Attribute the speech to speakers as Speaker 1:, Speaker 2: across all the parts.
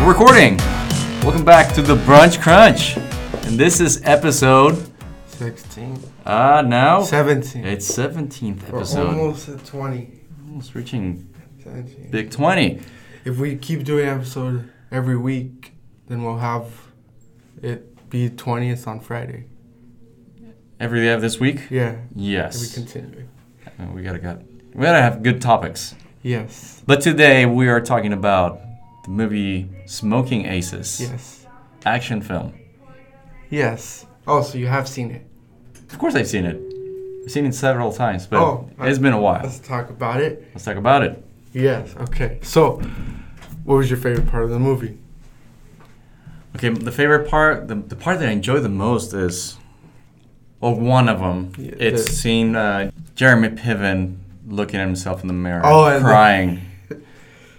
Speaker 1: We're recording. Welcome back to the Brunch Crunch, and this is episode
Speaker 2: 16,
Speaker 1: ah uh, now
Speaker 2: 17.
Speaker 1: it's seventeenth
Speaker 2: We're
Speaker 1: episode. Almost.
Speaker 2: almost at 20.
Speaker 1: reaching
Speaker 2: 17.
Speaker 1: big twenty.
Speaker 2: If we keep doing episode every week, then we'll have it be 20th on Friday.
Speaker 1: Every day of this week.
Speaker 2: Yeah. If we
Speaker 1: Yes.
Speaker 2: continue.
Speaker 1: Uh, we gotta got. We gotta have good topics.
Speaker 2: Yes.
Speaker 1: But today we are talking about the movie Smoking Aces,
Speaker 2: Yes.
Speaker 1: action film.
Speaker 2: Yes. Oh, so you have seen it.
Speaker 1: Of course, I've seen it. I've seen it several times, but
Speaker 2: Oh, I-
Speaker 1: it's been a while.
Speaker 2: Let's talk about it.
Speaker 1: Let's talk about it.
Speaker 2: Yes. Okay. So, what was your favorite part of the movie?
Speaker 1: Okay, the favorite part, the, the part that I enjoy the most is, well, one of them.
Speaker 2: Yeah,
Speaker 1: it's
Speaker 2: the-
Speaker 1: seeing uh, Jeremy Piven looking at himself in the mirror,
Speaker 2: Oh, and the-
Speaker 1: crying,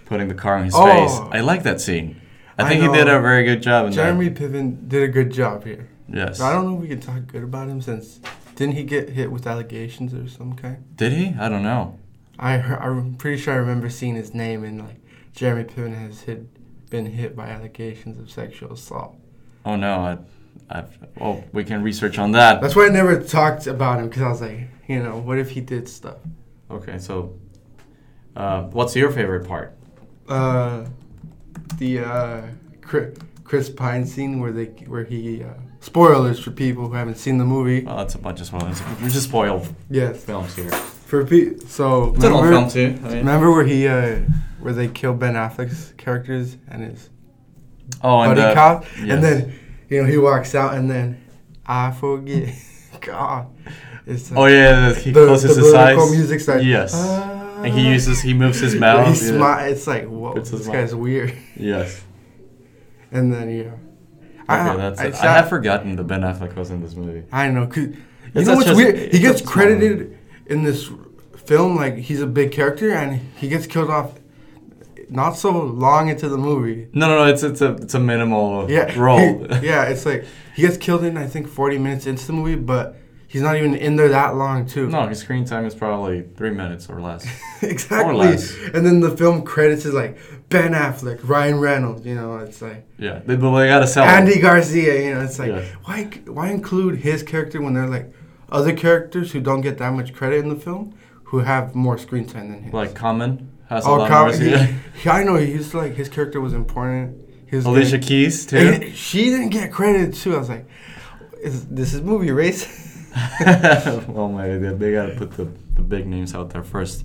Speaker 1: putting the car on his
Speaker 2: Oh.
Speaker 1: face. I like that scene. I
Speaker 2: I
Speaker 1: think he did
Speaker 2: know.
Speaker 1: a very good job in
Speaker 2: Jeremy Piven did a good job here.
Speaker 1: that. Yes.
Speaker 2: I don't know if we can talk good about him since didn't he get hit with allegations or some kind?
Speaker 1: Did he? I don't know.
Speaker 2: I heard, I'm pretty sure I remember seeing his name and like Jeremy Piven has hit, been hit by allegations of sexual assault.
Speaker 1: Oh no. I, I've, well, we can research on that.
Speaker 2: That's why I never talked about him because I was like, you know, what if he did stuff?
Speaker 1: Okay, so uh, what's your favorite part?
Speaker 2: Uh, the uh, Chris, Chris Pine scene where they where he uh, spoilers for people who haven't seen the movie.
Speaker 1: Well, that's a bunch of spoilers. We just spoiled
Speaker 2: Yes,
Speaker 1: films here.
Speaker 2: for pe- so
Speaker 1: It's an old
Speaker 2: remember-
Speaker 1: film too. I mean-
Speaker 2: Remember where he uh, where they kill Ben Affleck's characters and his
Speaker 1: oh, and
Speaker 2: buddy
Speaker 1: the-
Speaker 2: cop,
Speaker 1: yes.
Speaker 2: and then you know he walks out, and then I forget. God, it's
Speaker 1: Oh yeah, the, he
Speaker 2: The-
Speaker 1: closes
Speaker 2: the
Speaker 1: his
Speaker 2: political
Speaker 1: eyes.
Speaker 2: music side.
Speaker 1: Yes,
Speaker 2: Ah.
Speaker 1: and he uses he moves his
Speaker 2: Yeah,
Speaker 1: mouth.
Speaker 2: he
Speaker 1: yeah.
Speaker 2: smi- It's like whoa,
Speaker 1: It's his
Speaker 2: this
Speaker 1: mouth.
Speaker 2: guy's weird.
Speaker 1: Yes.
Speaker 2: And then yeah,
Speaker 1: Okay, that's it. I
Speaker 2: sat-
Speaker 1: have forgotten that Ben Affleck was in this movie.
Speaker 2: I know. 'cause- you
Speaker 1: It's
Speaker 2: know
Speaker 1: such
Speaker 2: what's
Speaker 1: a-
Speaker 2: weird? He
Speaker 1: it's
Speaker 2: gets
Speaker 1: a small
Speaker 2: credited in this film like he's a big character, and he gets killed off not so long into the movie.
Speaker 1: No, no, no. It's it's a it's a minimal
Speaker 2: yeah,
Speaker 1: role.
Speaker 2: he- yeah, it's like he gets killed in I think 40 minutes into the movie, but he's not even in there that long too.
Speaker 1: no, his screen time is probably three minutes or less.
Speaker 2: exactly.
Speaker 1: less.
Speaker 2: And then the film credits is like Ben Affleck, Ryan Reynolds. You know, it's like
Speaker 1: yeah, they, but they gotta sell. it.
Speaker 2: Andy Garcia. You know, it's like
Speaker 1: Oh. Yeah.
Speaker 2: why why include his character when they're like other characters who don't get that much credit in the film who have more screen time than him.
Speaker 1: Like Common has a
Speaker 2: oh,
Speaker 1: lot
Speaker 2: Kyle-
Speaker 1: more.
Speaker 2: he,
Speaker 1: Yeah.
Speaker 2: he- I know he's like his character was important. He was
Speaker 1: Alicia
Speaker 2: getting-
Speaker 1: Keys too.
Speaker 2: And she didn't get credited too. I was like, is this is movie race?
Speaker 1: well, maybe Oh they, they gotta put the, the big names out there first.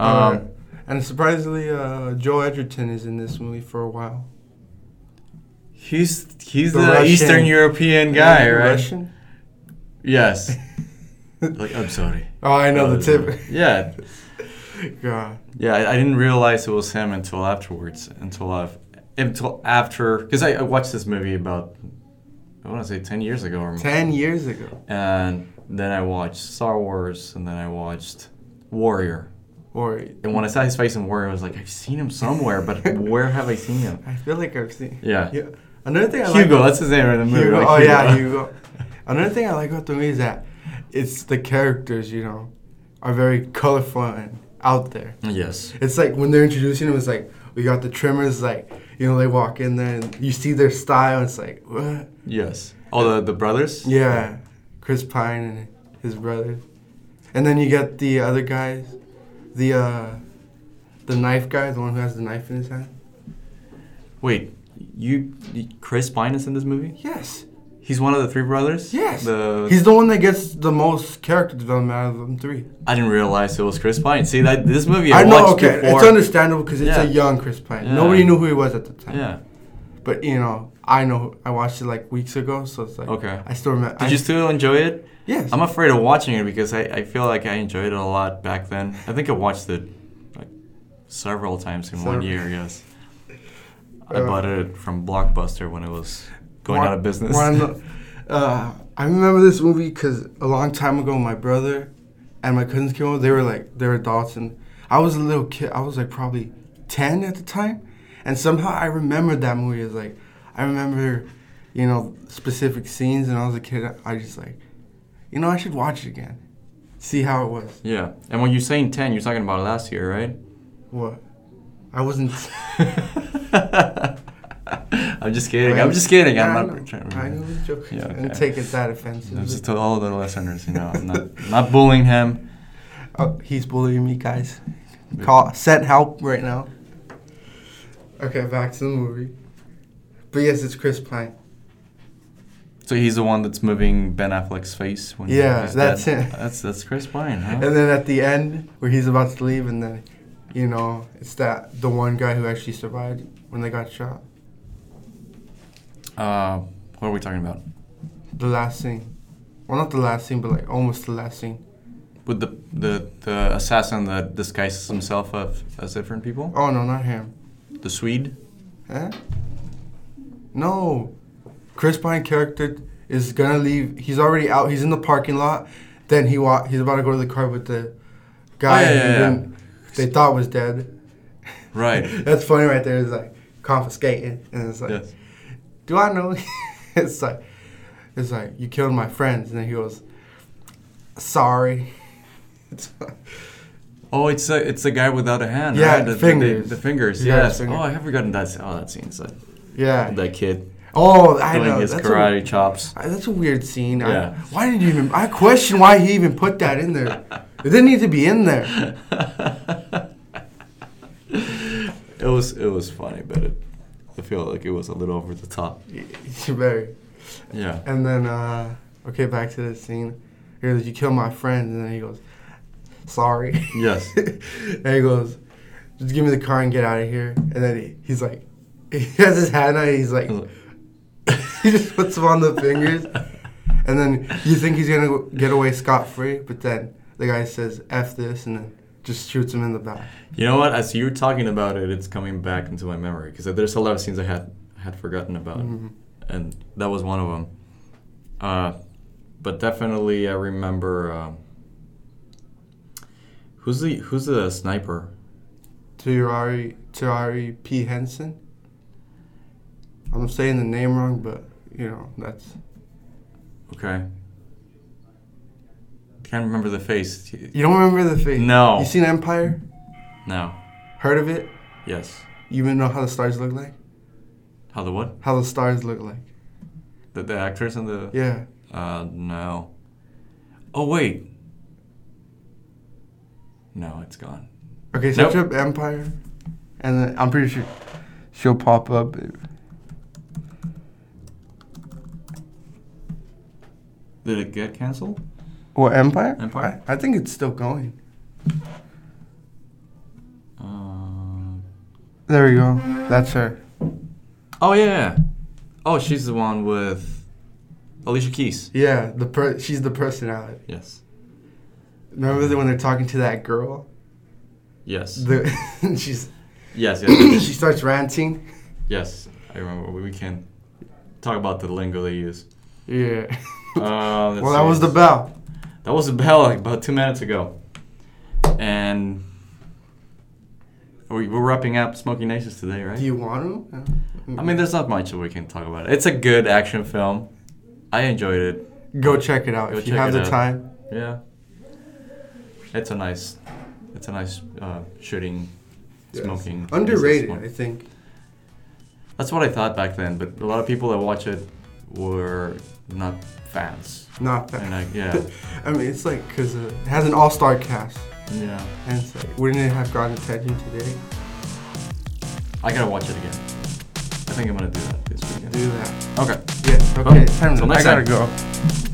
Speaker 1: Um,
Speaker 2: Uh, and surprisingly, uh, Joel Edgerton is in this movie for a while.
Speaker 1: He's he's the,
Speaker 2: The Russian-
Speaker 1: Eastern European guy,
Speaker 2: Is he
Speaker 1: right?
Speaker 2: Russian?
Speaker 1: Yes. like I'm sorry. Uh,
Speaker 2: Oh, I know the tip.
Speaker 1: Yeah,
Speaker 2: God.
Speaker 1: yeah. I, I didn't realize it was him until afterwards. Until i until after, because I, I watched this movie about I want to say ten years ago or more.
Speaker 2: Ten years ago,
Speaker 1: And then I watched Star Wars, and then I watched Warrior.
Speaker 2: or
Speaker 1: And when I saw his face in Warrior, I was like, I've seen him somewhere, but where have I seen him?
Speaker 2: I feel like I've seen.
Speaker 1: Yeah.
Speaker 2: Yeah. Another thing I like.
Speaker 1: Hugo, that's his name in the movie.
Speaker 2: Hugo.
Speaker 1: right?
Speaker 2: Oh yeah, Hugo. Another thing I like about the movie is that it's the characters. You know, are very colorful and out there.
Speaker 1: Yes.
Speaker 2: It's like when they're introducing him, it's like we got the trimmers, like you know, they walk in there and you see their style. And it's like what?
Speaker 1: Yes. Oh, the the brothers.
Speaker 2: Yeah, Chris Pine and his brothers, and then you got the other guys, the uh, the knife guy, the one who has the knife in his hand.
Speaker 1: Wait, you, you Chris Pine is in this movie?
Speaker 2: Yes,
Speaker 1: He's one of the three brothers.
Speaker 2: yes.
Speaker 1: The
Speaker 2: He's the one that gets the most character development out of them three.
Speaker 1: I didn't realize it was Chris Pine. See that this movie I,
Speaker 2: I know.
Speaker 1: watched
Speaker 2: Okay,
Speaker 1: before.
Speaker 2: it's understandable because it's a
Speaker 1: Yeah.
Speaker 2: young Chris Pine.
Speaker 1: Yeah.
Speaker 2: Nobody knew who he was at the time.
Speaker 1: yeah.
Speaker 2: But you know, I know. I watched it like weeks ago, so it's like
Speaker 1: Okay.
Speaker 2: I still remember.
Speaker 1: Did you still enjoy it?
Speaker 2: Yes.
Speaker 1: I'm afraid of watching it because I, I feel like I enjoyed it a lot back then. I think I watched it like several times in one
Speaker 2: Several-
Speaker 1: year. Yes. I
Speaker 2: Uh,
Speaker 1: bought it from Blockbuster when it was going
Speaker 2: One-
Speaker 1: out of business.
Speaker 2: one- uh, I remember this movie because a long time ago, my brother and my cousins came over. They were like, they were adults, and I was a little kid. I was like probably ten at the time, and somehow I remembered that movie. It's like I remember, you know, specific scenes. And I was a kid. I just like, you know, I should watch it again, see how it was.
Speaker 1: yeah. And when you're saying ten, you're talking about last year, right?
Speaker 2: What? I wasn't.
Speaker 1: I'm just kidding. I'm just kidding.
Speaker 2: Nah,
Speaker 1: I'm
Speaker 2: I know.
Speaker 1: not trying to.
Speaker 2: I know, I'm joking.
Speaker 1: Yeah,
Speaker 2: And
Speaker 1: okay.
Speaker 2: take it that offensive.
Speaker 1: I'm just to all the listeners, you know, I'm not not bullying him.
Speaker 2: Oh, he's bullying me, guys. Call, send help right now. Okay, back to the movie. But yes, it's Chris Pine.
Speaker 1: So he's the one that's moving Ben Affleck's face when
Speaker 2: Yeah,
Speaker 1: he's
Speaker 2: that's
Speaker 1: dead.
Speaker 2: him.
Speaker 1: That's that's Chris Pine, huh?
Speaker 2: And then at the end, where he's about to leave, and then, you know, it's that the one guy who actually survived when they got shot.
Speaker 1: Uh, what are we talking about?
Speaker 2: The last scene. Well, not the last scene, but like almost the last scene.
Speaker 1: With the the, the assassin that disguises himself of, as different people?
Speaker 2: Oh no, not him.
Speaker 1: The Swede?
Speaker 2: Huh? No. Chris Pine character is gonna leave. He's already out. He's in the parking lot. Then he wa- He's about to go to the car with the guy
Speaker 1: Oh, yeah,
Speaker 2: who
Speaker 1: yeah, yeah.
Speaker 2: didn't- they thought was dead.
Speaker 1: Right.
Speaker 2: That's funny right there. It's like confiscating, and it's like,
Speaker 1: yes.
Speaker 2: do I know? it's like, it's like you killed my friends, and then he goes, sorry. It's like-
Speaker 1: Oh, it's a, it's the guy without a hand,
Speaker 2: Yeah,
Speaker 1: right?
Speaker 2: the
Speaker 1: The, the-
Speaker 2: fingers.
Speaker 1: The, fingers,
Speaker 2: He got his
Speaker 1: yes.
Speaker 2: finger.
Speaker 1: Oh, I have forgotten that. Oh, that scene's like
Speaker 2: yeah.
Speaker 1: that kid
Speaker 2: Oh, I
Speaker 1: doing
Speaker 2: know.
Speaker 1: his
Speaker 2: That's a-
Speaker 1: karate chops.
Speaker 2: I- That's a weird scene.
Speaker 1: Yeah.
Speaker 2: I, why did you even? I question why he even put that in there. It didn't need to be in there.
Speaker 1: It was it was funny, but it, I feel like it was a little over the top.
Speaker 2: Very.
Speaker 1: Yeah.
Speaker 2: And then, uh, okay, back to this scene. He goes, "You killed my friend," and then he goes, "Sorry."
Speaker 1: Yes.
Speaker 2: and he goes, "Just give me the car and get out of here." And then he, he's like, he has his hand out. He's like, he just puts them on the fingers. And then you think he's gonna go- get away scot free, but then the guy says "f this" and then just shoots him in the back.
Speaker 1: You know what? As you were talking about it, it's coming back into my memory because there's a lot of scenes I had had forgotten about,
Speaker 2: Mm-hmm.
Speaker 1: and that was one of them. Uh, but definitely, I remember. Um, who's the Who's the sniper?
Speaker 2: Terari Terari P Henson. I'm saying the name wrong, but you know that's
Speaker 1: Okay. Can't remember the face. He-
Speaker 2: you don't remember the face.
Speaker 1: No.
Speaker 2: You seen Empire?
Speaker 1: No.
Speaker 2: Heard of it?
Speaker 1: Yes.
Speaker 2: You even know how the stars look like?
Speaker 1: How the what?
Speaker 2: How the stars look like?
Speaker 1: The, the actors and the.
Speaker 2: Yeah.
Speaker 1: Uh, no. Oh wait. No, it's gone.
Speaker 2: Okay,
Speaker 1: Nope.
Speaker 2: search up Empire, and then I'm pretty sure she'll pop up.
Speaker 1: Did it get canceled?
Speaker 2: What Empire?
Speaker 1: Empire?
Speaker 2: I, I think it's still going.
Speaker 1: Uh,
Speaker 2: There we go. That's her.
Speaker 1: oh yeah. Oh, she's the one with Alicia Keys.
Speaker 2: Yeah, the per- she's the personality.
Speaker 1: Yes.
Speaker 2: Remember that when they're talking to that girl,
Speaker 1: Yes.
Speaker 2: the she's
Speaker 1: yes. Yes.
Speaker 2: she starts ranting.
Speaker 1: yes. I remember. We we can talk about the lingo they use.
Speaker 2: Yeah.
Speaker 1: Uh, let's
Speaker 2: well, that was
Speaker 1: see.
Speaker 2: the bell.
Speaker 1: That was about like about two minutes ago, and we- we're wrapping up Smoking Nations today, right?
Speaker 2: Do you want to?
Speaker 1: I mean, there's not much that we can talk about. It's a good action film. I enjoyed it.
Speaker 2: go check it out
Speaker 1: Go
Speaker 2: if you
Speaker 1: check
Speaker 2: have
Speaker 1: it
Speaker 2: the
Speaker 1: out.
Speaker 2: time.
Speaker 1: Yeah. It's a nice, it's a nice uh, shooting, smoking.
Speaker 2: Yes. Underrated,
Speaker 1: business
Speaker 2: I
Speaker 1: one.
Speaker 2: think.
Speaker 1: That's what I thought back then, but a lot of people that watch it were not fans.
Speaker 2: Not that.
Speaker 1: And I, yeah,
Speaker 2: I mean, it's like because uh, it has an all-star cast,
Speaker 1: yeah.
Speaker 2: and it's like wouldn't it have gotten attention today?
Speaker 1: I gotta watch it again. I think I'm gonna do that this weekend.
Speaker 2: Do that.
Speaker 1: Okay.
Speaker 2: Yeah. Okay.
Speaker 1: Okay,
Speaker 2: Time
Speaker 1: Oh,
Speaker 2: to.
Speaker 1: till next
Speaker 2: I gotta
Speaker 1: time.
Speaker 2: go.